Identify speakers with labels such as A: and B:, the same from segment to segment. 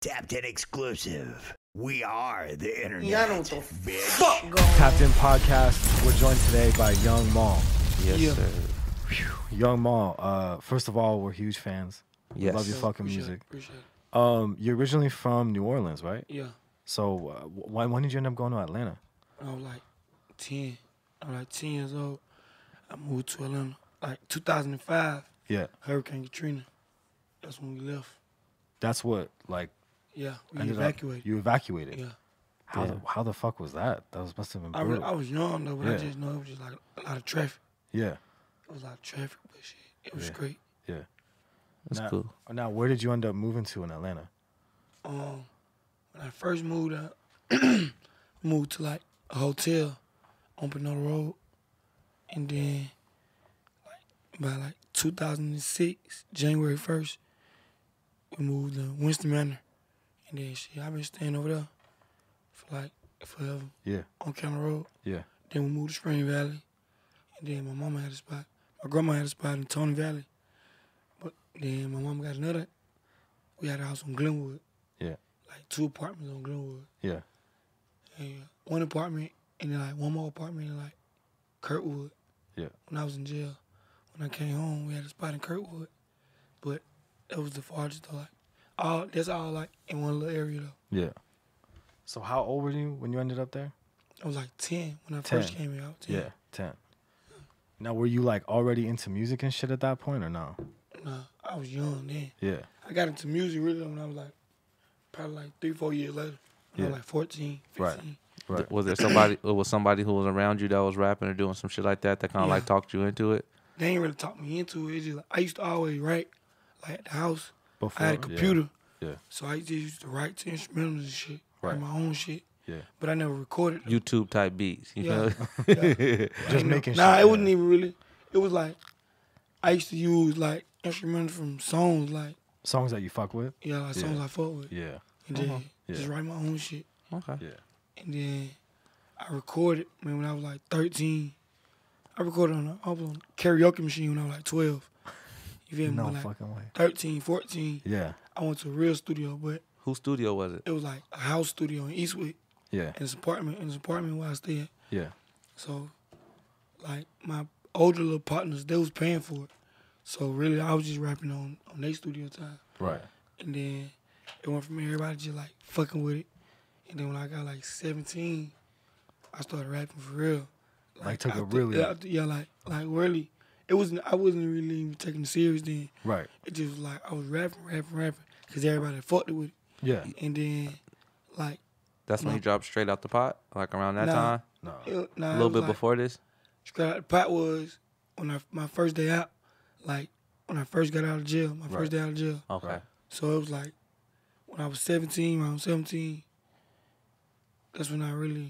A: Tapped in exclusive. We are the internet.
B: Y'all know what the
A: bitch.
B: fuck going on.
C: Tapped In Podcast. We're joined today by Young Maul.
D: Yes,
B: Yeah.
D: sir.
C: Young Maul. Uh, first of all, we're huge fans.
D: Yes.
C: Love your fucking
B: Appreciate it,
C: music.
B: appreciate it.
C: Um, you're originally from New Orleans, right?
B: Yeah.
C: So uh, wh- when, when did you end up going to Atlanta?
B: I was like 10. I was like 10 years old. I moved to Atlanta. Like 2005,
C: Yeah,
B: Hurricane Katrina. That's when we left.
C: that's what like
B: Yeah, we
C: ended up-
B: evacuated.
C: you evacuated.
B: yeah.
C: How
D: Yeah.
C: the, how the fuck was that? That was must have been
B: I, re-
C: brutal.
B: I was young though, but I
C: Yeah.
B: just know it was just like a lot of traffic.
C: yeah,
B: It was a lot of traffic, but shit, it was
C: Yeah.
B: great.
C: yeah.
D: That's
C: now,
D: cool.
C: Now where did you end up moving to in Atlanta?
B: Um, when I first moved out, moved to like a hotel on Pinot Road, and then like by like 2006, January 1st, we moved to Winston Manor, and then shit, I've been staying over there for like forever
C: Yeah,
B: on County Road.
C: yeah,
B: Then we moved to Spring Valley. And then my mama had a spot. My grandma had a spot in Tony Valley. But then my mom got another. We had a house on Glenwood.
C: Yeah.
B: Like two apartments on Glenwood.
C: yeah.
B: And one apartment and then like one more apartment in like Kirkwood.
C: Yeah.
B: When I was in jail. When I came home, we had a spot in Kirkwood. But that was the farthest though. Like all that's all like in one little area though.
C: Yeah. So how old were you when you ended up there?
B: I was like ten when
C: 10.
B: I first came here. I was 10.
C: ten. Now were you like already into music and shit at that point or no?
B: Nah, I was young then.
C: Yeah,
B: I got into music really when I was like probably like three, four years later. When I
C: Yeah.
B: was like 14, 15.
C: Right. right.
D: Th- Was there somebody? or Was somebody who was around you that was rapping or doing some shit like that that kind of
B: Yeah.
D: like talked you into it?
B: They ain't really talked me into it. It's just like, I used to always write like at the house.
C: Before,
B: I had a
C: yeah,
B: computer.
C: Yeah,
B: So I just used to write to instrumentals and shit.
C: Right.
B: Write my own shit.
C: yeah.
B: But I never recorded them.
D: YouTube type beats. You
B: Yeah.
D: know?
C: Just
B: You know?
C: making
B: Nah,
C: shit, yeah.
B: it wasn't even really. It was like I used to use like instrumentals from songs like
C: Songs that you fuck with.
B: yeah, like songs
C: Yeah.
B: I fuck with.
C: Yeah, Uh-huh.
B: And then
C: Yeah.
B: just write my own shit.
D: okay.
C: yeah,
B: And then I recorded, man, when I was like 13. I recorded on a, I was on a karaoke machine when I was like 12. You feel me?
C: No
B: But, like
C: fucking way.
B: 13, 14,
C: Yeah,
B: I went to a real studio, but
D: Whose studio was it?
B: it was like a house studio in Eastwood,
C: yeah,
B: in this apartment, in this apartment where I stayed. at.
C: yeah,
B: So, like, my older little partners, they was paying for it. So, really, I was just rapping on, on their studio time.
C: right.
B: And then it went from everybody just like fucking with it. And then when I got like 17, I started rapping for real.
C: Like, took
B: I
C: it
B: th-
C: really-
B: yeah, I th- yeah, like like really. It wasn't. I wasn't really even taking it serious then.
C: Right.
B: It just was like I was rapping, rapping, rapping, cause everybody fucked with it.
C: Yeah.
B: And then, like,
D: That's when you dropped straight out the pot, like around that
B: Nah.
D: time,
C: No.
B: it, nah,
D: a
B: it
D: little
B: was,
D: bit
B: like,
D: before this.
B: Straight out the pot was when I my first day out. Like when I first got out of jail, my
C: Right.
B: first day out of jail.
D: Okay.
C: Right.
B: So it was like when I was 17, around 17, that's when I really, you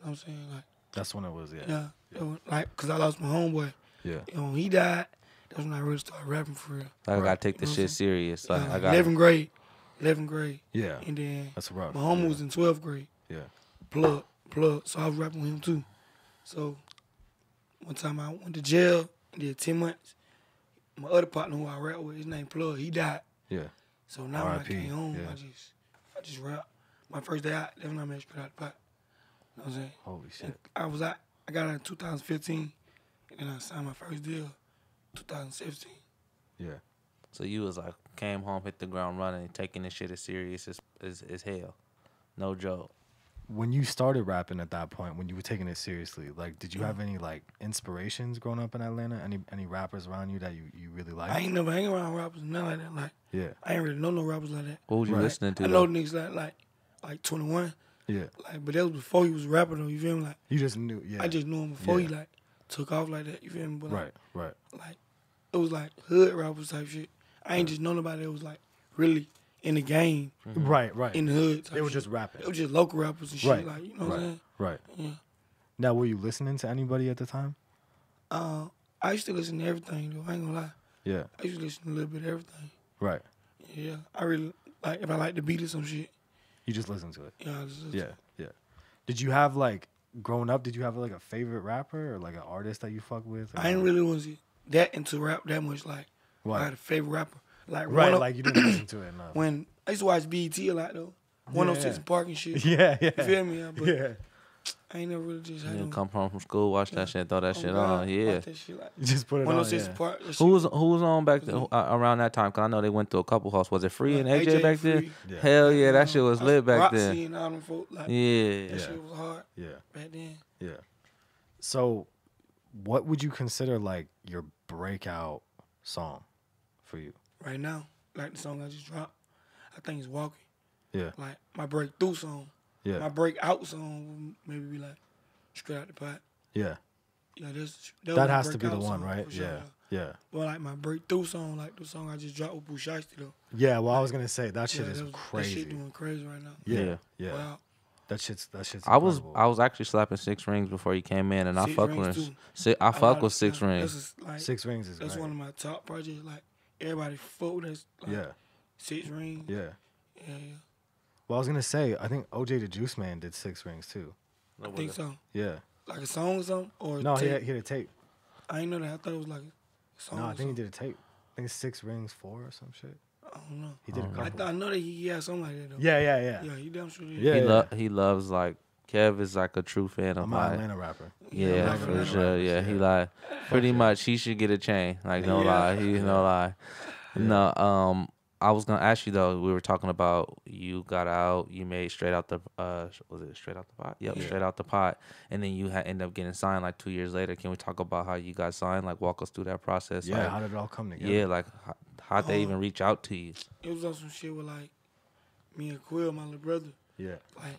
B: know what I'm saying? Like,
C: That's when it was. Yeah.
B: yeah. it was like, because I lost my homeboy.
C: Yeah.
B: And when he died, that's when I really started rapping for real.
D: I
C: Right.
D: gotta take this
B: You know what I'm
D: shit serious. Like,
B: Like,
D: I got
B: 11th grade, 11th grade.
C: Yeah.
B: And then
C: That's rough.
B: my homie
C: yeah.
B: was in 12th grade.
C: Yeah.
B: Plug, plug. So I was rapping with him too. So one time I went to jail, did 10 months. My other partner who I rap with, his name Plug, he died.
C: Yeah.
B: So now when I
C: R.I.P.,
B: came home,
C: yeah.
B: I just I just rap. My first day out, that's when I met Straight Outta the Pot. You know what I'm saying?
C: Holy shit.
B: And I was out, I got out in 2015, and then I signed my first deal 2017.
C: Yeah.
D: so you was like came home, hit the ground running, taking this shit as serious as as, as hell. No joke.
C: When you started rapping at that point, when you were taking it seriously, like, did you have any like inspirations growing up in Atlanta? Any any rappers around you that you you really
B: I
C: liked?
B: ain't never hang around rappers, nothing like that. Like,
C: Yeah.
B: I ain't really know no rappers like that.
D: What was you
C: Right.
D: listening to?
B: I know
D: though?
B: niggas like, like, like 21,
C: Yeah.
B: like, but that was before he was rapping though, you feel me? Like,
C: You just knew. Yeah.
B: I just knew him before he,
C: Yeah.
B: like, took off like that, you feel me? But, like,
C: Right. Right.
B: like it was like hood rappers type shit. I ain't just know nobody that was like really in the game
C: Right. Right.
B: in the hood. Type
C: They were
B: shit.
C: just rapping.
B: it was just local rappers and shit.
C: Right.
B: Like you know what I'm
C: Right.
B: saying?
C: Right.
B: Yeah.
C: Now, were you listening to anybody at the time?
B: Uh, I used to listen to everything though. I ain't gonna lie.
C: Yeah.
B: I used to listen to a little bit of everything.
C: Right.
B: Yeah, I really like if I like the beat or some shit.
C: You just listened to it.
B: Yeah, I just listen.
C: Yeah, yeah. Did you have like growing up? Did you have like a favorite rapper or like an artist that you fuck with? or-
B: I ain't really was that into rap that much. Like
C: Why?
B: I had a favorite rapper. Like
C: right.
B: one of-
C: Like you didn't listen to it enough.
B: when I used to watch BET a lot though. 106
C: Yeah.
B: and Park and shit.
C: Yeah, yeah.
B: You feel me? Yeah, but
C: Yeah.
B: I ain't never really just had
D: You
B: no-
D: come home from school, watch that shit, throw that
B: oh,
D: shit
B: God,
D: on.
B: I
D: Yeah.
B: like that shit, like,
C: You just put it on.
B: 106
C: Oh, Yeah.
B: Park. that shit-
D: Who was who was on back then, uh, around that time? Cause I know they went to a couple hosts. Was it Free and
B: Like,
D: AJ,
B: AJ
D: back then?
B: Uh, Free.
C: Yeah.
D: Hell yeah, that shit was
B: I
D: lit back
B: Roxy
D: then.
B: and all them folk, like,
D: Yeah.
B: That
C: Yeah.
B: shit was hard
C: Yeah.
B: back then.
C: Yeah. So, what would you consider like your breakout song for you?
B: Right now, like the song I just dropped, I think it's Walking.
C: Yeah.
B: Like my breakthrough song,
C: Yeah.
B: my breakout song, would maybe be like straight out the pot.
C: yeah.
B: Yeah, that's was
C: That
B: my
C: has to be the
B: breakout
C: one,
B: song,
C: right?
B: for sure,
C: Yeah. Yeah.
B: Well, like my breakthrough song, like the song I just dropped with Bushasti though.
C: Yeah. Well, I was gonna say that shit
B: Yeah,
C: is
B: that was- That
C: crazy.
B: shit doing crazy right now.
C: yeah. Yeah.
D: Yeah.
B: Wow.
C: That shit's that shit's.
D: I was
C: incredible.
D: I was actually slapping six rings before he came in, and I
B: Six
D: fuck
B: Rings,
D: with
B: too.
D: him. Si- I
B: A
D: fuck
B: lot
D: with
B: of
D: six
B: times,
D: rings.
B: That's, just, like,
C: Six Rings is
B: that's
C: great.
B: one of my top projects. Like everybody fuck with us. Like,
C: yeah.
B: Six Rings.
C: Yeah.
B: Yeah, yeah.
C: Well, I was gonna say I think OJ the Juice Man did Six Rings too.
B: I think so.
C: Yeah.
B: Like a song or something? Or
C: No, he
B: tape? Oh,
C: had, he had a tape.
B: I ain't know that. I thought it was like a song.
C: No, I
B: or
C: think he
B: something.
C: did a tape. I think it's Six Rings Four or some shit.
B: I don't know.
C: He
D: Oh.
C: did a
B: I,
C: couple.
B: thought I know that he, he had something like that though.
C: yeah, yeah, yeah.
B: Yeah, he damn sure did.
C: Yeah.
D: He lo- he loves like Kev is like a true fan of
C: I'm an
D: mine.
C: Atlanta rapper.
B: I'm
D: Yeah,
B: not gonna
D: for
B: lie.
D: sure. Yeah, he like pretty much he should get a chain. Like no
B: Yeah.
D: lie, he no lie. No, um, I was gonna ask you though. We were talking about you got out, you made straight out the uh, sh- was it straight out the pot? Yep, straight out the pot, and then you had end up getting signed like two years later. Can we talk about how you got signed? Like walk us through that process.
C: Yeah.
D: like,
C: how did it all come together?
D: yeah, like how, how'd they even reach out to you?
B: It was on some shit with like me and Quill, my little brother.
C: Yeah.
B: Like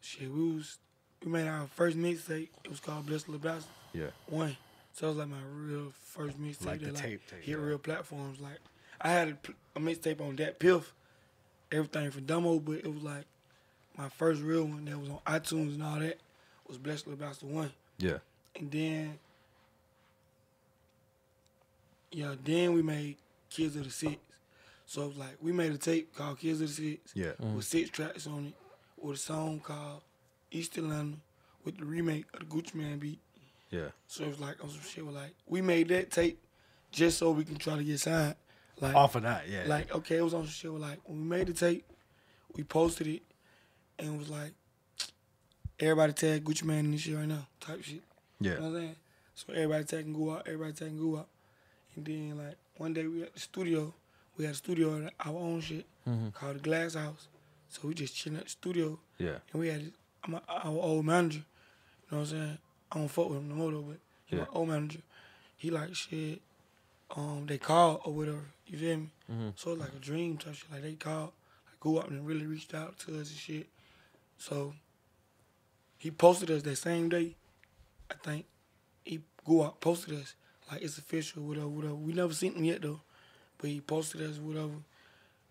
B: shit, we was we made our first mixtape. It was called Bless Little Bastard
C: Yeah.
B: One. So it was like my real first mixtape.
C: Like the
B: that,
C: tape tape,
B: Hit
C: yeah.
B: real platforms. Like I had a, pl- a mixtape on that piff, everything from Dumbo, but it was like my first real one that was on iTunes and all that was Bless Little Bastard One.
C: Yeah.
B: And then, yeah, then we made Kids of the Six. So it was like we made a tape called Kids of the Six.
C: Yeah.
B: With six tracks on it, with a song called East Atlanta, with the remake of the Gucci Man beat.
C: Yeah.
B: So it was like on some shit. Was like we made that tape just so we can try to get signed. Like
C: Off of that, yeah.
B: like okay, it was on some shit. where, Like when we made the tape, we posted it, and it was like everybody tag Gucci Man in this shit right now type shit. You know
C: yeah.
B: what I'm saying? So everybody taking go out, everybody taking go out. And then like one day we at the studio, we had a studio in our own shit called the Glass House. So we just chilling at the studio
C: Mm-hmm. Yeah.
B: and we had my, our old manager. You know what I'm saying? I don't fuck with him no more though, but he
C: Yeah.
B: my old manager. He like shit. Um, they called or whatever. You feel me?
C: Mm-hmm.
B: So it's like a dream type shit. Like they called, like go up and really reached out to us and shit. So he posted us that same day. I think he go out posted us like it's official, whatever, whatever. We never seen him yet though, but he posted us, whatever.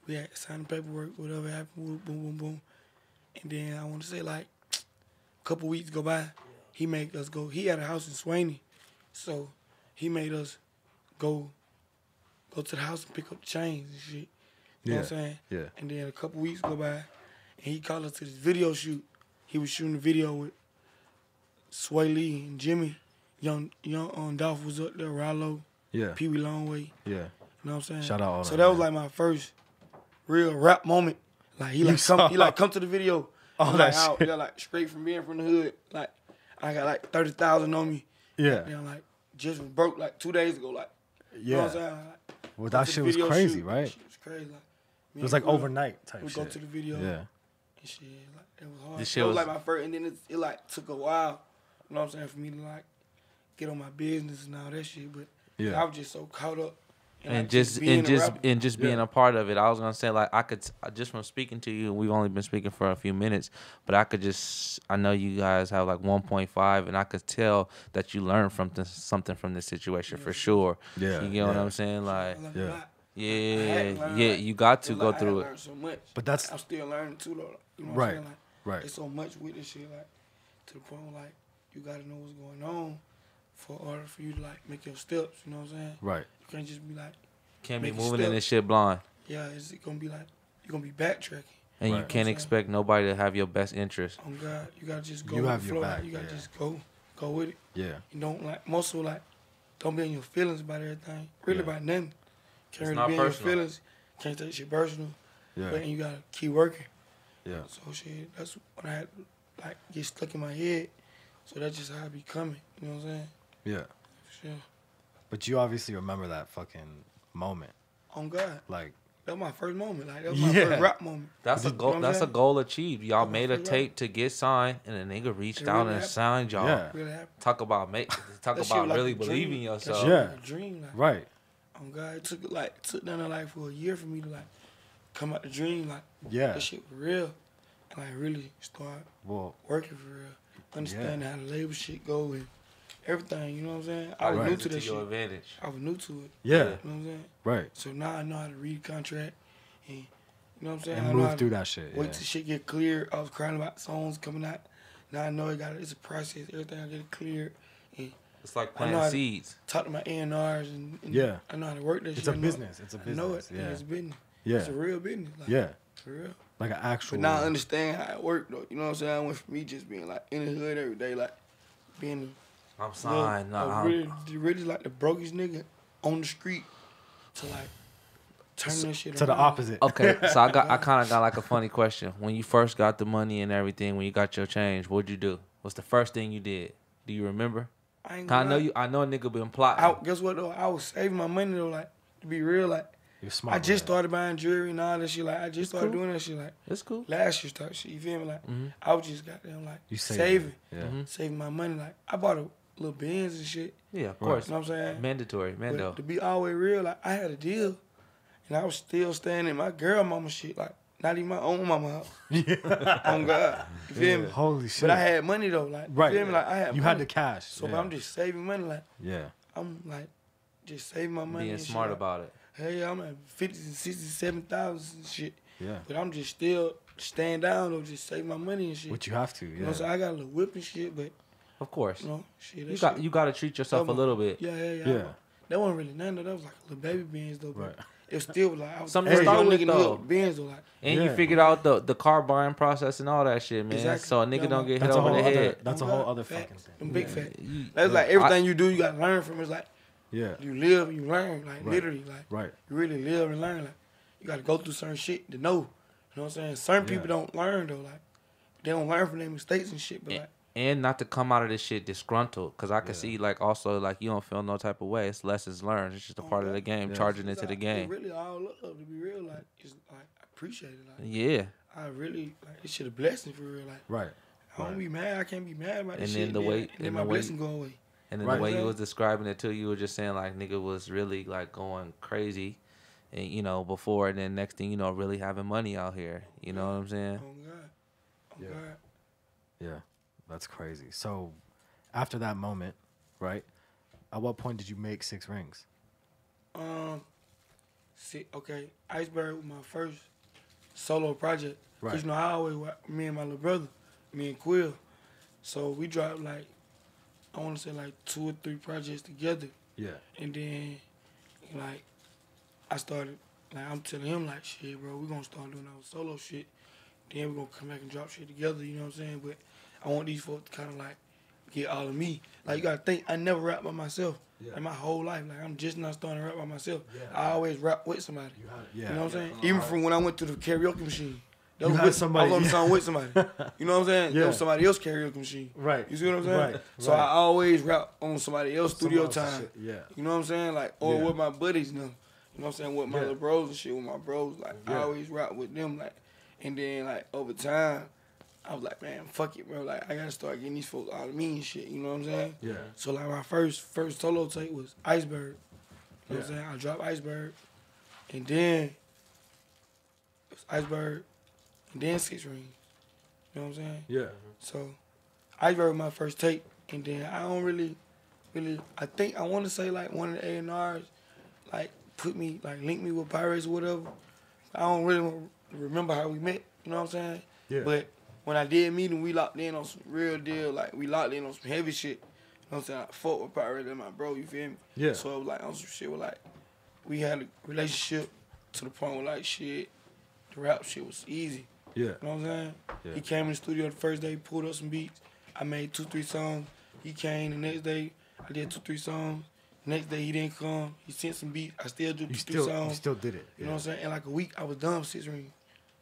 B: We had signed the paperwork, whatever happened, boom, boom, boom, boom. And then I want to say like a couple weeks go by, he made us go. He had a house in Swaney, so he made us go go to the house and pick up the chains and shit. You know what I'm
C: Yeah,
B: saying?
C: yeah.
B: And then a couple weeks go by, and he called us to this video shoot. He was shooting a video with Sway Lee and Jimmy. Young Young um, Dolph was up there, Rallo,
C: Yeah.
B: Pee Wee Longway.
C: Yeah.
B: You know what I'm saying?
C: Shout out all
B: So
C: them,
B: that was
C: man.
B: like my first real rap moment. Like he like
C: saw-
B: come, he like come to the video.
C: All
B: I'm
C: that
B: like, out
C: shit.
B: there, like straight from being from the hood. Like I got like thirty thousand on me.
C: Yeah.
B: Then like just was broke like two days ago. Like you know what I'm
C: Yeah.
B: saying? Like,
C: Well,
B: go
C: that
B: to the
C: shit was
B: video
C: crazy,
B: shoot.
C: right?
B: Shit was crazy. Like,
C: It was like overnight type
B: We
C: shit.
B: go to the video.
C: Yeah.
B: And shit, like, it was hard.
D: This shit
B: it was,
D: was-
B: like my first, and then it, it like took a while. You know what I'm saying? For me to like get on my business and all that shit, but
C: Yeah.
B: I was just so caught up. in,
D: and
B: like,
D: just
B: being
D: and
B: a
D: just
B: rapper.
D: and just being a part of it. I was gonna say like I could t- just from speaking to you, and we've only been speaking for a few minutes, but I could just I know you guys have like 1.5, and I could tell that you learned from this, something from this situation for sure.
C: Yeah,
D: you get what
C: yeah.
D: I'm saying? Like
B: I learned
C: Yeah.
B: a lot. I had to
D: yeah,
B: learn,
D: yeah,
B: like,
D: you got to
B: it's
D: go
B: like, I had
D: through it.
B: learned so much,
C: But that's-
B: I'm still learning too, though. You know what
C: Right,
B: I'm saying? Like,
C: right.
B: It's so much with this shit, like to the point where like you gotta know what's going on for order for you to like make your steps. You know what I'm saying?
C: Right.
B: You can't just be like,
D: Can't be
B: make it
D: moving in
B: still.
D: this shit blind,
B: yeah, it's gonna be like you're gonna be backtracking.
D: and you
C: Right.
D: can't
B: Okay.
D: expect nobody to have your best interest.
B: on God. You gotta just go
C: You
B: with
C: have
B: the
C: your
B: flow. like,
C: back,
B: you gotta
C: yeah.
B: just go, go with it.
C: Yeah.
B: You don't like most of like, don't be in your feelings about everything. Really
C: Yeah.
B: about nothing. Can't really
D: not
B: be in
D: personal.
B: your feelings. Can't take shit personal.
C: Yeah.
B: But and you gotta keep working.
C: Yeah.
B: So shit, that's when I had like get stuck in my head. So that's just how I be coming. You know what I'm saying?
C: Yeah.
B: Sure.
C: But you obviously remember that fucking moment.
B: On God,
C: Like,
B: that was my first moment. Like that was my
C: Yeah.
B: first rap moment.
D: That's a
B: You know
D: goal.
B: what I'm
D: That's a
B: saying?
D: goal achieved. Y'all
B: Yeah,
D: made a
B: for real.
D: tape to get signed, and a nigga reached
B: It
D: out
B: really
D: and
B: happened.
D: signed y'all.
C: Yeah.
B: Really happened.
D: Talk about make. Talk
B: That shit
D: about
B: was like
D: really
B: a dream.
D: believing
B: That shit
D: yourself.
B: was
C: Yeah.
B: like a dream. Like,
C: right.
B: On God, it took like it took down the life for a year for me to like come out the dream. Like
C: Yeah.
B: that shit was real, and like really start
C: Well,
B: working for real. Understanding how the label shit go and everything. You know what I'm saying? I was
C: Right.
B: new
D: Use
B: to
D: it
B: that
D: to your
B: shit.
D: advantage.
B: I was new to it.
C: yeah.
B: You know what I'm saying?
C: Right.
B: So now I know how to read contract and you know what I'm saying. I
C: And
B: know how
C: move
B: to
C: through that shit.
B: Wait
C: Yeah.
B: till shit get clear. I was crying about songs coming out. Now I know it got it's a process. Everything I get cleared. And
D: It's like
B: know how
D: planting
B: to-
D: seeds.
B: talk to my A and R's and
C: Yeah.
B: I know how to work that shit.
C: It's a
B: I know-
C: business. It's a
B: I know it.
C: business.
B: and
C: Yeah.
B: It's business.
C: Yeah.
B: It's a real business. Like,
C: Yeah.
B: For real.
C: Like an actual.
B: But now I understand how it worked though. You know what I'm saying? I went from me just being like in the hood every day, like being
D: I'm
B: a, little-
D: signed.
B: a
D: nah, I'm-
B: really, really like the brokest nigga on the street to like turn that shit
C: to the
B: around.
C: opposite.
D: Okay, so I got I kind of got like a funny question. When you first got the money and everything, when you got your change, what'd you do? What's the first thing you did? Do you remember?
B: I, ain't
D: 'Cause I
B: gonna
D: know
B: lie.
D: you. I know a nigga been plotting.
B: I, guess what though? I was saving my money though. Like to be real, like
C: You're smart.
B: I
C: with
B: just
C: that.
B: started buying jewelry and all that shit. Like I just started
D: cool.
B: doing that shit. Like
D: It's cool.
B: last year's type shit. You feel me? Like I was just goddamn like
C: Mm-hmm. You saving. Mm-hmm.
B: saving,
C: Yeah.
B: saving my money. Like I bought a little Benz and shit.
D: Yeah, of
C: Right.
D: course.
B: You know what I'm saying?
D: Mandatory,
B: But
D: Mando.
B: to be always real, like I had a deal, and I was still staying in my girl mama shit. Like not even my own mama house. On God, you feel me?
C: Holy shit.
B: But I had money though. Like
C: Right.
B: you feel me? Like I had
C: you
B: money.
C: had the cash.
B: So
C: yeah.
B: I'm just saving money. Like
C: Yeah.
B: I'm like just saving my money.
D: Being
B: and shit,
D: smart
B: like,
D: about it.
B: Hey, I'm at 50, 67,000 and shit.
C: Yeah.
B: But I'm just still staying down or just save my money and shit.
C: What you have to.
B: You know, so
C: Yeah.
B: I got a little whip and shit, but
D: Of course.
B: you know, shit. That
D: you got
B: shit,
D: you got to treat yourself a
B: Come on.
D: little bit.
B: Yeah, yeah, yeah.
C: Yeah.
B: That wasn't really nothing though. That was like a little baby Benz though, but
C: Right.
B: it was still like I was
D: Something to
B: every
D: start
B: young
D: with,
B: nigga
D: though.
B: knew Benz though, like
D: And you
C: Yeah.
D: figured out the the car buying process and all that shit, man.
B: Exactly.
D: So a nigga
B: Yeah,
D: don't
B: man.
D: get hit
C: That's a
D: over
C: whole
D: the
C: other.
D: head.
C: That's a
B: oh,
C: whole
B: God,
C: other
B: facts,
C: fucking thing.
B: them big facts.
D: You-
B: That's like
D: I-
B: everything you do, you gotta learn from. It's like
C: Yeah.
B: you live, you learn, like
C: Right.
B: literally, like
C: Right.
B: you really live and learn. Like you gotta go through certain shit to know. You know what I'm saying? Certain
C: Yeah.
B: people don't learn though, like they don't learn from their mistakes and shit. But
D: and,
B: like
D: and not to come out of this shit disgruntled because i can
C: Yeah.
D: see like also like you don't feel no type of way it's lessons learned it's just a
B: Oh,
D: part of
B: yeah.
D: the game
C: Yeah.
D: charging
B: it's
D: into the
B: like, it
D: game
B: really all love to be real. Like it's like I appreciate it. Like
D: yeah
B: I really like it should a blessing for real. Like
C: Right.
B: I don't
C: Right.
B: be mad. I can't be mad about this
D: And
B: shit.
D: then the way-
B: and then
D: and
B: my
D: the way-
B: blessing go away.
D: and then
C: Right.
D: the way you
B: Exactly.
D: was describing it too you were just saying like nigga was really like going crazy and you know before and then next thing you know really having money out here you know what i'm saying
B: Oh God. Oh
C: Yeah.
B: God.
C: Yeah, that's crazy. So, after that moment, right? At what point did you make six rings?
B: Um, see, okay, Iceberg was my first solo project.
C: Right.
B: Cause you know I always wa- me and my little brother, me and Quill, so we dropped like I want to say like two or three projects together,
C: Yeah,
B: and then like I started like I'm telling him like shit, bro, we gonna start doing our solo shit. Then we gonna come back and drop shit together. You know what I'm saying? But I want these folks to kind of like get all of me. Like you gotta think, I never rap by myself.
C: Yeah.
B: In my whole life, like I'm just not starting to rap by myself.
C: Yeah.
B: I always rap with somebody. You,
C: yeah,
B: know what I'm saying? Even from when I went to the karaoke machine, that was
C: had
B: with,
C: somebody-
B: I was on the
C: yeah.
B: song with somebody. You know what I'm saying?
C: Yeah.
B: That was somebody else's karaoke machine.
C: Right.
B: You see what I'm saying?
C: Right,
B: So
C: right.
B: I always rap on somebody else's studio
C: Someone else's
B: time.
C: shit, yeah.
B: You know what I'm saying? Like, or
C: Yeah.
B: with my buddies now. You know what I'm saying? With my
C: Yeah.
B: little bros and shit, with my bros. Like, I
C: Yeah.
B: always rock with them. Like, and then, like, over time, I was like, man, fuck it, bro. Like, I gotta start getting these folks out of me and shit. You know what I'm saying?
C: yeah,
B: So, like, my first first solo tape was Iceberg. You know what I'm
C: Yeah.
B: saying? I dropped Iceberg. And then, it was Iceberg. And then Six Ring. You know what I'm saying?
C: yeah,
B: So I wrote my first tape, and then I don't really, really. I think I want to say like one of the A and R's, like put me like link me with Pirates or whatever. I don't really wa- remember how we met. You know what I'm saying?
C: Yeah.
B: But when I did meet him, we locked in on some real deal. Like we locked in on some heavy shit. You know what I'm saying? I fought with Pirate and my bro. You feel me?
C: Yeah.
B: So it was like on some shit. Where, like we had a relationship to the point where like shit, the rap shit was easy.
C: yeah,
B: You know what I'm saying?
C: Yeah.
B: He came in the studio the first day, he pulled up some beats. I made two, three songs. He came the next day, I did two, three songs. Next day he didn't come. He sent some beats. I still do two,
C: You
B: three
C: still, you
B: songs.
C: still did it.
B: you know what I'm saying? In like a week, I was done with six rings.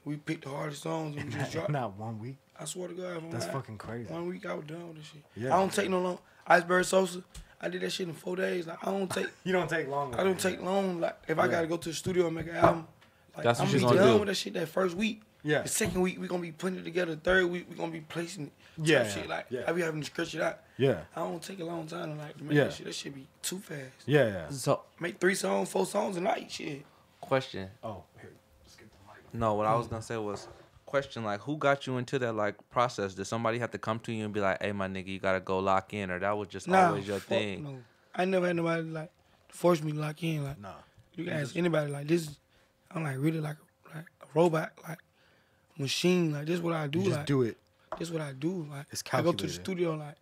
B: We picked the hardest songs and we just
C: Not,
B: dropped.
C: one week.
B: I swear to God, if I'm
C: That's
B: not-
C: fucking crazy.
B: One week I was done with this shit.
C: Yeah.
B: I don't take no long. Iceberg Sosa, I did that shit in four days. Like I don't take,
C: You don't take long.
B: I don't take long. Like if I gotta go to the studio and make an album, like
D: That's what
B: I'm
D: she's
B: be
D: gonna
B: done
D: do.
B: with that shit that first week.
C: Yeah.
B: The second week we gonna be putting it together. Third week we gonna be placing it. Type
C: Yeah,
B: Shit. Like
C: yeah.
B: I be having to stretch it out.
C: Yeah.
B: I don't take a long time to like to make
C: Yeah.
B: that shit. That shit be too fast.
C: Yeah. yeah.
D: So,
B: Make three songs, four songs a night. Shit.
D: question.
C: Oh, here. Just get the mic.
D: No, what I was gonna say was question like who got you into that like process? Did somebody have to come to you and be like, Hey my nigga, you gotta go lock in or that was just
B: Nah,
D: always your
B: fuck
D: thing.
B: No. I never had nobody like force me to lock in. Like
C: Nah.
B: you can ask anybody like this. is- I'm like really like like a robot like machine. Like this is what I do.
C: You just
B: like
C: do it.
B: this is what I do. Like
C: It's
B: I go to the
C: calculated.
B: studio like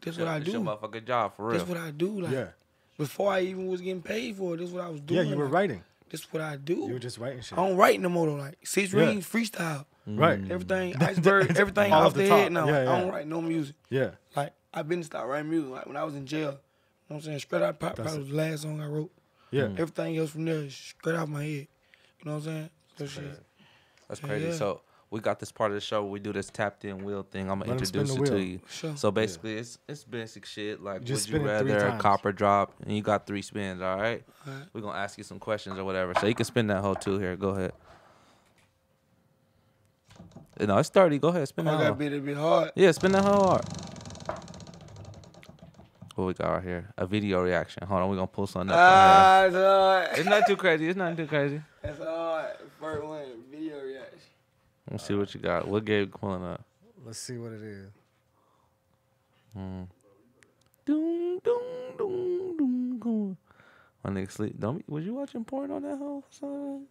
B: this is what I
D: It's your
B: do.
D: motherfucking job for
B: This
D: real.
B: is what I do. Like
C: Yeah.
B: before I even was getting paid for it, Oh. this is what I was doing.
C: yeah, you were
B: like,
C: writing.
B: This is what I do.
C: You were just writing shit.
B: I don't write no more though. Like six
C: Yeah.
B: rings freestyle.
C: Right.
B: Everything iceberg,
C: It's
B: everything
C: all
B: off
C: off
B: the,
C: the top.
B: head now.
C: Yeah,
B: I don't
C: yeah.
B: write no music.
C: Yeah.
B: Like I've been stopped writing music. Like when I was in jail, you know what I'm saying? Straight out pop
C: That's
B: probably
C: it.
B: was the last song I wrote.
C: Yeah.
B: Everything else from there is straight out my head. You know what I'm saying? So shit.
D: That's crazy.
B: Yeah.
D: So we got this part of the show. where We do this tapped in wheel thing. I'm gonna
C: Let 'em spin
D: introduce
C: the
D: it to
C: wheel.
D: you.
B: Sure.
D: So basically, it's it's basic shit. Like,
C: Just
D: would you
C: spin it three
D: rather a
C: times.
D: copper drop? And you got three spins. All right.
B: Alright.
D: We're gonna ask you some questions or whatever. So you can spin that whole two here. Go ahead. Eh, No, it's thirty. Go ahead, spin
B: I
D: that.
B: got
D: Whole.
B: bit a bit hard.
D: Yeah, spin that whole art. What we got right here? A video reaction. Hold on, we're gonna pull something up. from
B: Ah, it's hard.
D: here. It's not too crazy. It's not too crazy.
B: It's hard. First one, video reaction.
D: Let's see what you got. What Gabe pulling up?
C: Let's see what it is.
D: Doom, doom, doom, doom, doom. My nigga sleep. Don't be, was you watching porn on that whole side?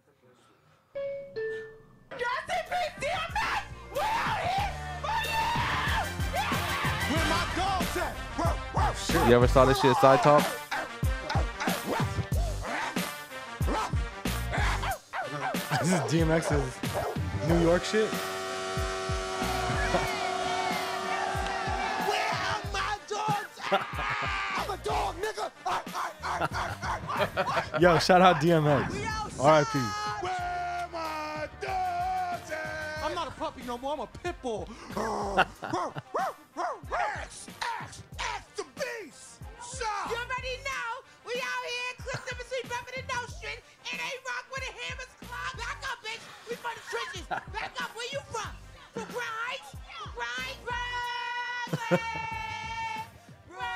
D: You ever saw this shit side talk?
C: This is DMX's New York shit. Yo, shout out DMX. RIP.
E: I'm not a puppy no more. I'm a pit bull.
F: X, X, X the beast. So.
G: You already know we out here, Cliff number three, bumping the notion. It ain't rock with the hammers clock. Back up, bitch. We from the trenches. Back up. Where you from? From Grand Heights? From Grand Heights? Brooklyn.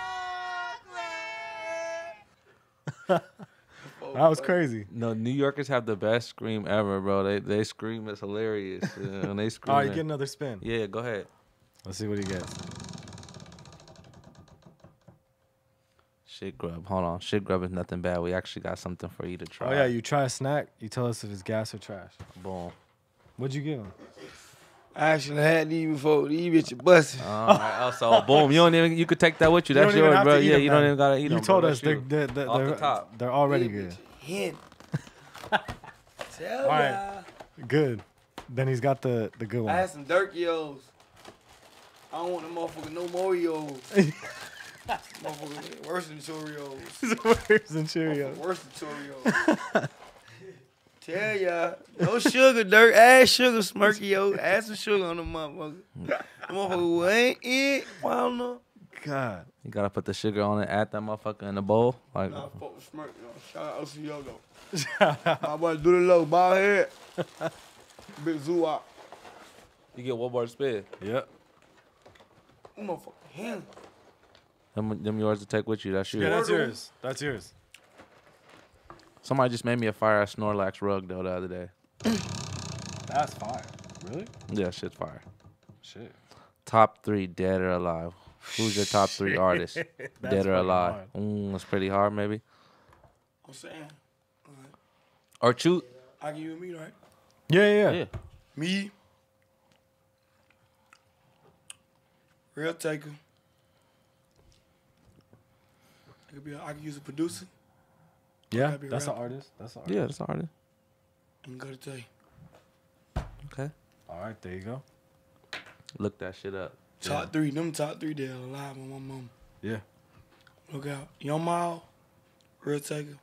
G: Brooklyn.
C: That was crazy.
D: No, New Yorkers have the best scream ever, bro. They they scream it's hilarious. uh, when they scream.
C: All right,
D: it.
C: get another spin.
D: yeah, go ahead.
C: Let's see what he gets.
D: Shit grub. Hold on. Shit grub is nothing bad. We actually got something for you to try.
C: Oh yeah, you try a snack. You tell us if it's gas or trash.
D: boom.
C: What'd you give him?
B: I should have had these before. These bitches busting.
C: Uh,
D: All right. Also, boom. You don't even. You could take that with you.
C: You
D: That's
C: don't even
D: yours,
C: have
D: bro.
C: to eat
D: Yeah,
C: them
D: you don't
C: now.
D: even gotta eat them.
C: You told us they're, they're, they're,
D: Off the
C: they're-
D: top.
C: they're already good.
B: Hit. Tell
C: All
B: ya.
C: right, good. Then he's got the the good
B: I
C: one.
B: had some Durkios. I don't want no motherfucker no Morios. motherfucker worse than Cheerios.
C: Where's and Cheerios?
B: Worse than Cheerios. Tell ya, no sugar, dirt, add sugar, Smirkio, add some sugar on the motherfucker. The motherfucker who ain't it, well, no.
C: God,
D: You gotta put the sugar on it. Add that motherfucker in the bowl. Like,
B: Nah, I fuck with Smirk, yo. Shout out OCO though. My boy do the low, bald head, big zoo out.
D: you get one more spin.
C: yep.
B: Ooh, motherfucker, him.
D: Them, them yours to take with you. That's yours.
C: Yeah, that's
B: Wordle.
C: yours. That's yours.
D: Somebody just made me a fire ass Snorlax rug though the other day.
C: That's fire. Really?
D: Yeah, shit's fire.
C: Shit.
D: Top three, dead or alive. Who's your top three artists, dead or
C: fucking
D: alive?
C: hard.
D: Mm, that's pretty hard, maybe.
B: I'm saying,
D: Or choose.
B: I give you me, right?
C: Yeah, yeah, yeah.
D: Yeah.
B: Me. Real taker. I could be. A, I could use a producer
C: Yeah,
B: Gotta be a
C: That's an
B: rapper.
C: artist. That's an artist.
D: Yeah, that's an artist.
B: and go to tell you.
D: Okay.
C: All right, there you go.
D: Look that shit up.
B: Top three. Them top three. They're alive on my mama.
C: Yeah.
B: Look out. Young Mile. Real taker.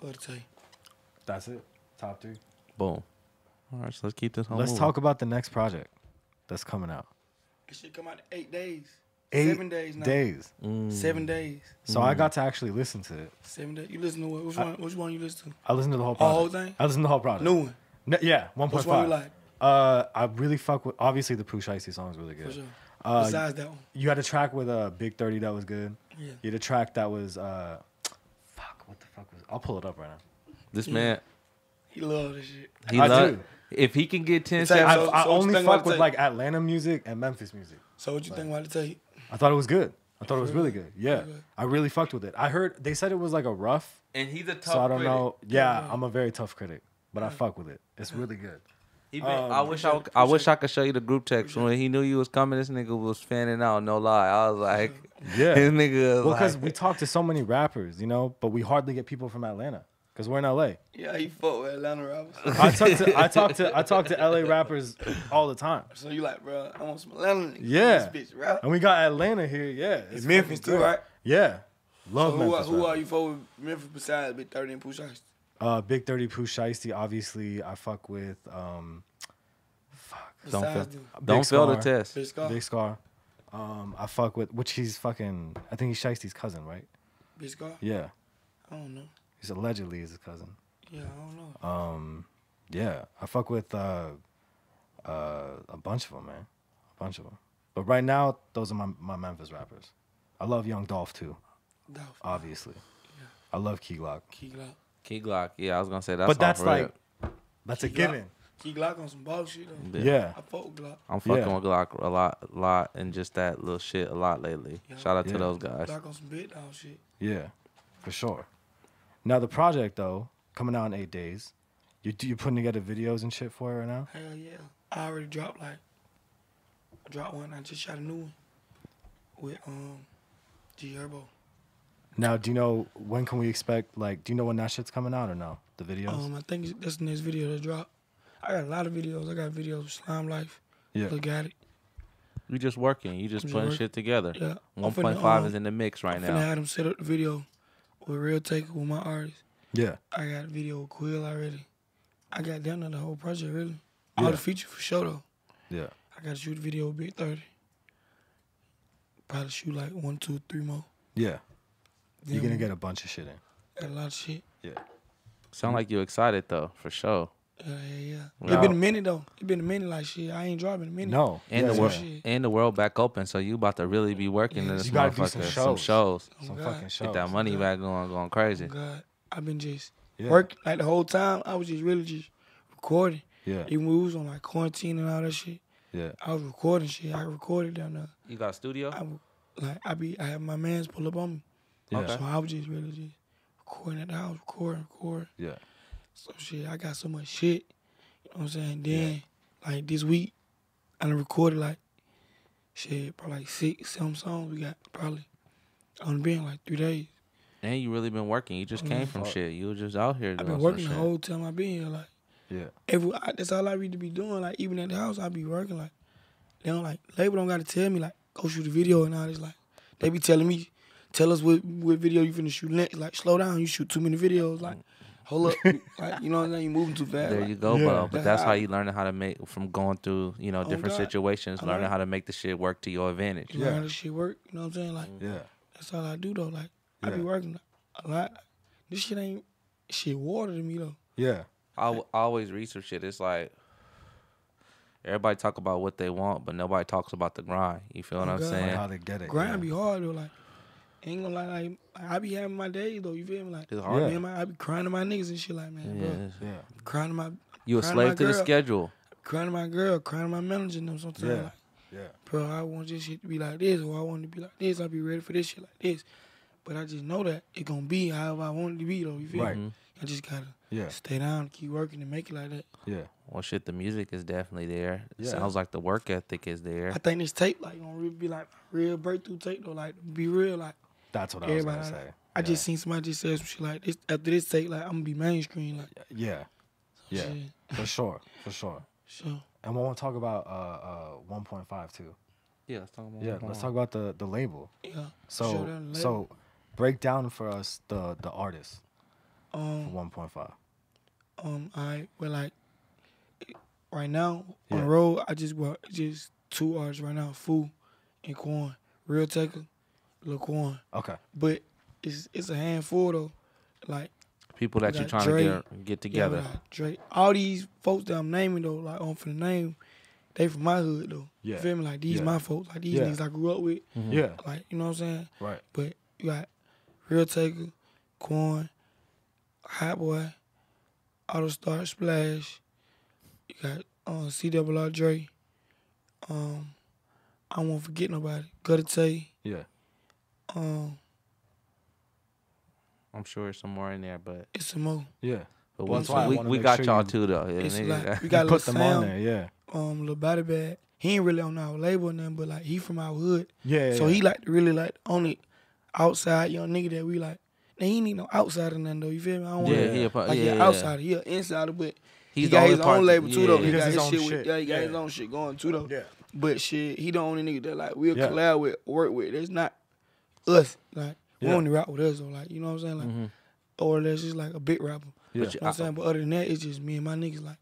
B: Go to tell you.
C: That's it. Top three.
D: Boom. All right, so let's keep this home.
C: Let's
D: moving.
C: talk about the next project that's coming out.
B: It should come out in eight days.
C: Eight
B: Seven days now.
C: Days. Mm.
B: Seven days.
C: So I got to actually listen to it.
B: Seven days. You listen to what? Which one? Which one you listen
C: I listened to the whole
B: The
C: project.
B: whole thing?
C: I listened to the whole
B: to?
C: project.
B: New one.
C: No, yeah, one point
B: Which
C: five.
B: one you like?
C: Uh, I really fuck with. Obviously, the Pooh Shiesty song is really good.
B: For sure.
C: Uh,
B: Besides that one.
C: You had a track with uh, Big Thirty that was good.
B: Yeah.
C: You had a track that was uh, fuck. What the fuck was? I'll pull it up right now.
D: this man.
B: He love this shit.
D: He
C: I
D: lo-
C: do.
D: If he can get ten
B: It's like-
D: seconds,
C: I,
B: So-
C: I
B: so what you
C: only
B: think about
C: fuck
B: the
C: with
B: tape?
C: like Atlanta music and Memphis music.
B: So what you think about the tape?
C: I thought it was good. I thought it was really good. Yeah, I really fucked with it. I heard they said it was like a rough,
D: and he's a tough.
C: so I don't
D: critic.
C: know. Yeah, I'm a very tough critic, but I fuck with it. It's really good.
D: He been-
B: Um,
D: I wish I, I wish I could show you the group text when he knew you was coming. This nigga was fanning out. No lie, I was like,
C: Yeah.
D: this nigga.
C: Well, because
D: like-
C: we talk to so many rappers, you know, but we hardly get people from Atlanta because we're in LA.
B: Yeah, he fuck with Atlanta rappers.
C: I talk to I talk to I talk to LA rappers all the time.
B: so you like, bro? I want some Atlanta niggas. in
C: Yeah.
B: This bitch, rap.
C: And we got Atlanta here, yeah. It's
B: Memphis
C: fucking
B: too,
C: good.
B: right?
C: Yeah. Love
B: So who, are,
C: Memphis.
B: who
C: rappers.
B: are you for with Memphis besides Big Thirty and Push Ice?
C: Uh, Big Thirty Pooh Shiesty, obviously. I fuck with um,
D: don't fail,
B: Besides them.
D: don't
C: Big
D: fail the
C: Scar.
D: test.
B: Big Scar.
C: Big
B: Big,
C: Scar. Um, I fuck with which he's fucking. I think he's Shiesty's cousin, right?
B: Scar.
C: Yeah.
B: I don't know.
C: He's allegedly his cousin.
B: Yeah, I don't know.
C: Uh, Um, Yeah, I fuck with uh, uh, a bunch of them, man, a bunch of them. But right now, those are my my Memphis rappers. I love Young Dolph too,
B: Dolph,
C: obviously. I love Key Glock,
B: Key Glock.
D: Key Glock. Yeah, I was gonna say that's.
C: but
D: all
C: that's
D: for real.
C: like that's a
B: Key Glock.
C: given.
B: Key Glock on some ball shit though.
D: Yeah.
C: Yeah,
B: I fuck with Glock.
D: I'm fucking
C: Yeah.
D: with Glock a lot, a lot, and just that little shit a lot lately. Shout out
C: Yeah.
D: to those guys.
B: Glock on some big dog shit.
C: yeah, for sure. Now the project though, coming out in eight days. You you putting together videos and shit for it right now?
B: Hell yeah. I already dropped like I dropped one, I just shot a new one. With um G Herbo.
C: Now, do you know when can we expect? Like, do you know when that shit's coming out or no? The videos.
B: Um I think it's- that's the next video that dropped. I got a lot of videos. I got videos with Slime Life.
C: yeah.
B: Look at it.
D: You just working. You just
B: just
D: putting
B: work-
D: shit together.
B: yeah. I'm
D: One
B: finna,
D: point five
B: um,
D: is in the mix right
B: I'm finna
D: now.
B: have them set up the video with Real Taker with my artist.
C: Yeah.
B: I got a video with Quill already. I got down on the whole project really. All
C: Yeah.
B: the feature for sure though.
C: Yeah.
B: I gotta shoot a video with Big 30. Probably shoot like one, two, three more.
C: Yeah. You're
B: Then
C: gonna get a bunch of shit in.
B: got a lot of shit.
C: Yeah.
D: Sound like you excited though, for sure.
B: Yeah, yeah, yeah.
D: Wow.
B: It been a minute though. It been a minute like shit. I ain't dropping a minute.
C: No.
D: And
C: Yeah,
D: the
C: yeah.
D: world,
B: Shit.
D: and the world back open. So you about to really be working in this
C: You gotta do
D: motherfucker.
C: some
D: Some
C: shows.
D: shows.
C: Some
B: God.
C: fucking shows.
D: Get that money back going, going crazy.
B: God, I've been just
C: Yeah.
B: working like the whole time. I was just really just recording.
C: Yeah.
B: Even when we was on like quarantine and all that shit.
C: Yeah.
B: I was recording shit. I recorded down there.
D: You got a studio?
B: I w- like I be I had my man's pull up on me.
C: Yeah.
B: So I was just really just recording at the house, recording, recording.
C: Yeah.
B: So shit, I got so much shit. You know what I'm saying? Then like this week, I done recorded like shit, probably like six, seven songs we got probably on been like three days.
D: And you really been working. You just came from shit. You was just out here doing
B: I've been
D: some
B: working the
D: shit.
B: whole time I've been here. Like
C: Yeah.
B: every I, that's all I really be doing. Like even at the house, I be working. Like they don't like label don't gotta tell me like go shoot a video and all this. Like they be telling me, tell us what what video you finna shoot next. Like slow down, you shoot too many videos. Like hold up, like you know what I'm saying? You moving too fast.
D: Mm. There
B: like,
D: you go,
C: Yeah. Oh,
D: bro. But
B: That's
D: that's
B: how
D: how
B: I-
D: you learning how to make from going through, you know, different
B: God.
D: situations,
B: I
D: learning
B: learned-
D: how to make the shit work to your advantage.
B: You know how this shit work. You know what I'm saying? Like
C: Yeah.
B: That's all I do though. Like
C: Mm-hmm.
B: I
C: Yeah.
B: be working a lot. This shit ain't shit water to me though.
C: Yeah.
D: I, w- I always read some shit. It's like everybody talk about what they want, but nobody talks about the grind. You feel what I'm
B: God.
C: Oh, Like
D: saying?
C: how they get it.
B: Grind
C: yeah.
B: be hard though. Like ain't gonna lie. Like I be having my days though. You feel me? Like
D: It's hard.
B: man, my, I be crying to my niggas and shit. Like man, bro,
D: Yeah.
C: Yeah.
B: crying to my
D: You a
B: crying
D: slave
B: my
D: to the
B: girl,
D: schedule.
B: Crying to my girl. Crying to my manager. And them sometimes.
C: Yeah.
B: Like,
C: Yeah.
B: bro, I want this shit to be like this, or I want it to be like this. I be ready for this shit like this. But I just know that it gonna be however I want it to be though. You feel
C: Right.
B: me? I just gotta
C: Yeah.
B: stay down, keep working, and make it like that.
C: Yeah.
D: Well, shit, the music is definitely there. It
C: Yeah.
D: Sounds like the work ethic is there.
B: I think this tape like gonna really be like real breakthrough tape though. Like be real, like
C: That's what I was
B: everybody.
C: gonna
B: like,
C: say.
B: I just seen somebody just say some shit like this. After this tape, like I'm gonna be mainstream. Like
C: Yeah. Yeah. For sure. For sure.
B: so,
C: And we want to talk about uh uh 1.5 too.
D: Yeah, let's talk about
C: Yeah. Let's talk about the the label.
B: yeah. Show
C: So
B: them
C: so
B: later.
C: break down for us the the artist for
B: um
C: 1.5.
B: um I well like right now on
C: Yeah.
B: the road, I just brought just two artists right now, Foo and Quan. Real Taker, Lil Quan.
C: Okay.
B: But it's it's a handful though. Like
D: People that
B: We
D: you're
B: got
D: trying to
B: Dre.
D: get, get
B: yeah,
D: together.
B: like Drake. All these folks that I'm naming though, like on for the name, they from my hood though.
C: Yeah.
B: You feel me? Like these
C: Yeah.
B: my folks. Like these
C: Yeah. Mm-hmm.
B: niggas I grew up with.
D: Mm.
C: Yeah.
B: Like, you know what I'm saying?
C: Right.
B: But you got Real Taker, Quan, Hot Boy, Auto Star Splash. You got uh, CWR Dre. Um, I won't forget nobody. Gutter Tay.
C: Yeah.
B: Um,
D: I'm sure there's some more in there, but,
B: it's some more.
C: Yeah.
D: but
C: Well,
D: once
C: that's why I
D: we,
C: wanna
D: we
C: make
D: got
C: sure
D: y'all
C: you-
D: too though. Yeah,
B: It's a
D: nigga,
B: lot.
D: got-
B: We got
C: You
B: Lil
C: put them on
B: Sam,
C: there. Yeah.
B: um, Lil Body Bag. He ain't really on our label or nothing, but like he from our hood.
C: Yeah.
B: So
C: yeah.
B: he like really like the only outside young nigga that we like. Now, he ain't need no outsider nothing though. You feel me? I don't
D: yeah,
B: wanna-
D: he a, pro-
B: Like
D: yeah,
B: yeah,
D: yeah.
B: outsider, he an insider, but he
D: He's the
B: got
D: only
B: his
D: part-
B: own label too
D: yeah,
B: though.
D: yeah.
B: He,
D: He
C: does
B: got
C: his
B: his,
C: own
B: shit,
C: shit.
B: with yeah, he got
C: Yeah.
B: his own shit going too though.
C: Yeah.
B: But shit, he the only nigga that like we'll
C: Yeah.
B: collab with, work with. That's not us. Like we
C: Yeah.
B: only rock with us though. Like you know what I'm saying? Like or that's just like a big rapper.
C: Yeah.
B: You know
D: Uh-uh.
B: what I'm saying? But other than that, it's just me and my niggas. Like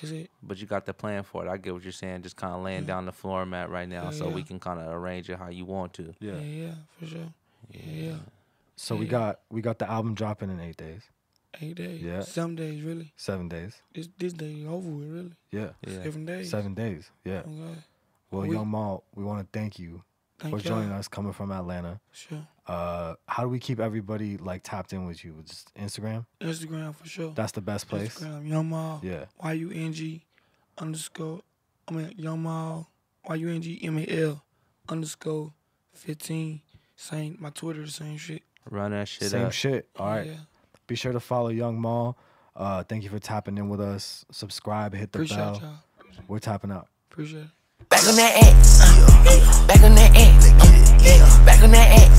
B: that's it.
D: But you got the plan for it. I get what you're saying. Just kind of laying down the floor mat right now,
B: Yeah,
D: so we
B: yeah.
D: can kind of arrange it how you want to.
C: Yeah.
B: Yeah, yeah, for sure. Yeah, yeah.
C: So we got we got the album dropping in eight days,
B: eight days.
C: Yeah.
B: some days really.
C: seven days.
B: This this day is over with really.
C: Yeah.
D: Yeah.
B: Seven days.
C: Seven days. Yeah.
B: Oh, God.
C: Well,
B: We-
C: Young Mal, we want to thank you
B: Thank
C: for joining
B: y'all.
C: us, coming from Atlanta.
B: Sure.
C: Uh, how do we keep everybody like tapped in with you? Just Instagram.
B: Instagram for sure.
C: That's the best place.
B: Instagram, Young Mall.
C: Yeah.
B: Y U N G underscore. I mean Young Mall. Y U N G M A L underscore fifteen. Same. My Twitter, same shit.
D: Run that shit
C: Same
D: up.
C: shit. All right.
B: Yeah.
C: Be sure to follow Young Mal. Uh, thank you for tapping in with us. Subscribe. Hit the
B: Appreciate
C: bell.
B: y'all.
C: We're tapping out.
B: Appreciate it.
H: Back on that X. Back on that X. Back on that X.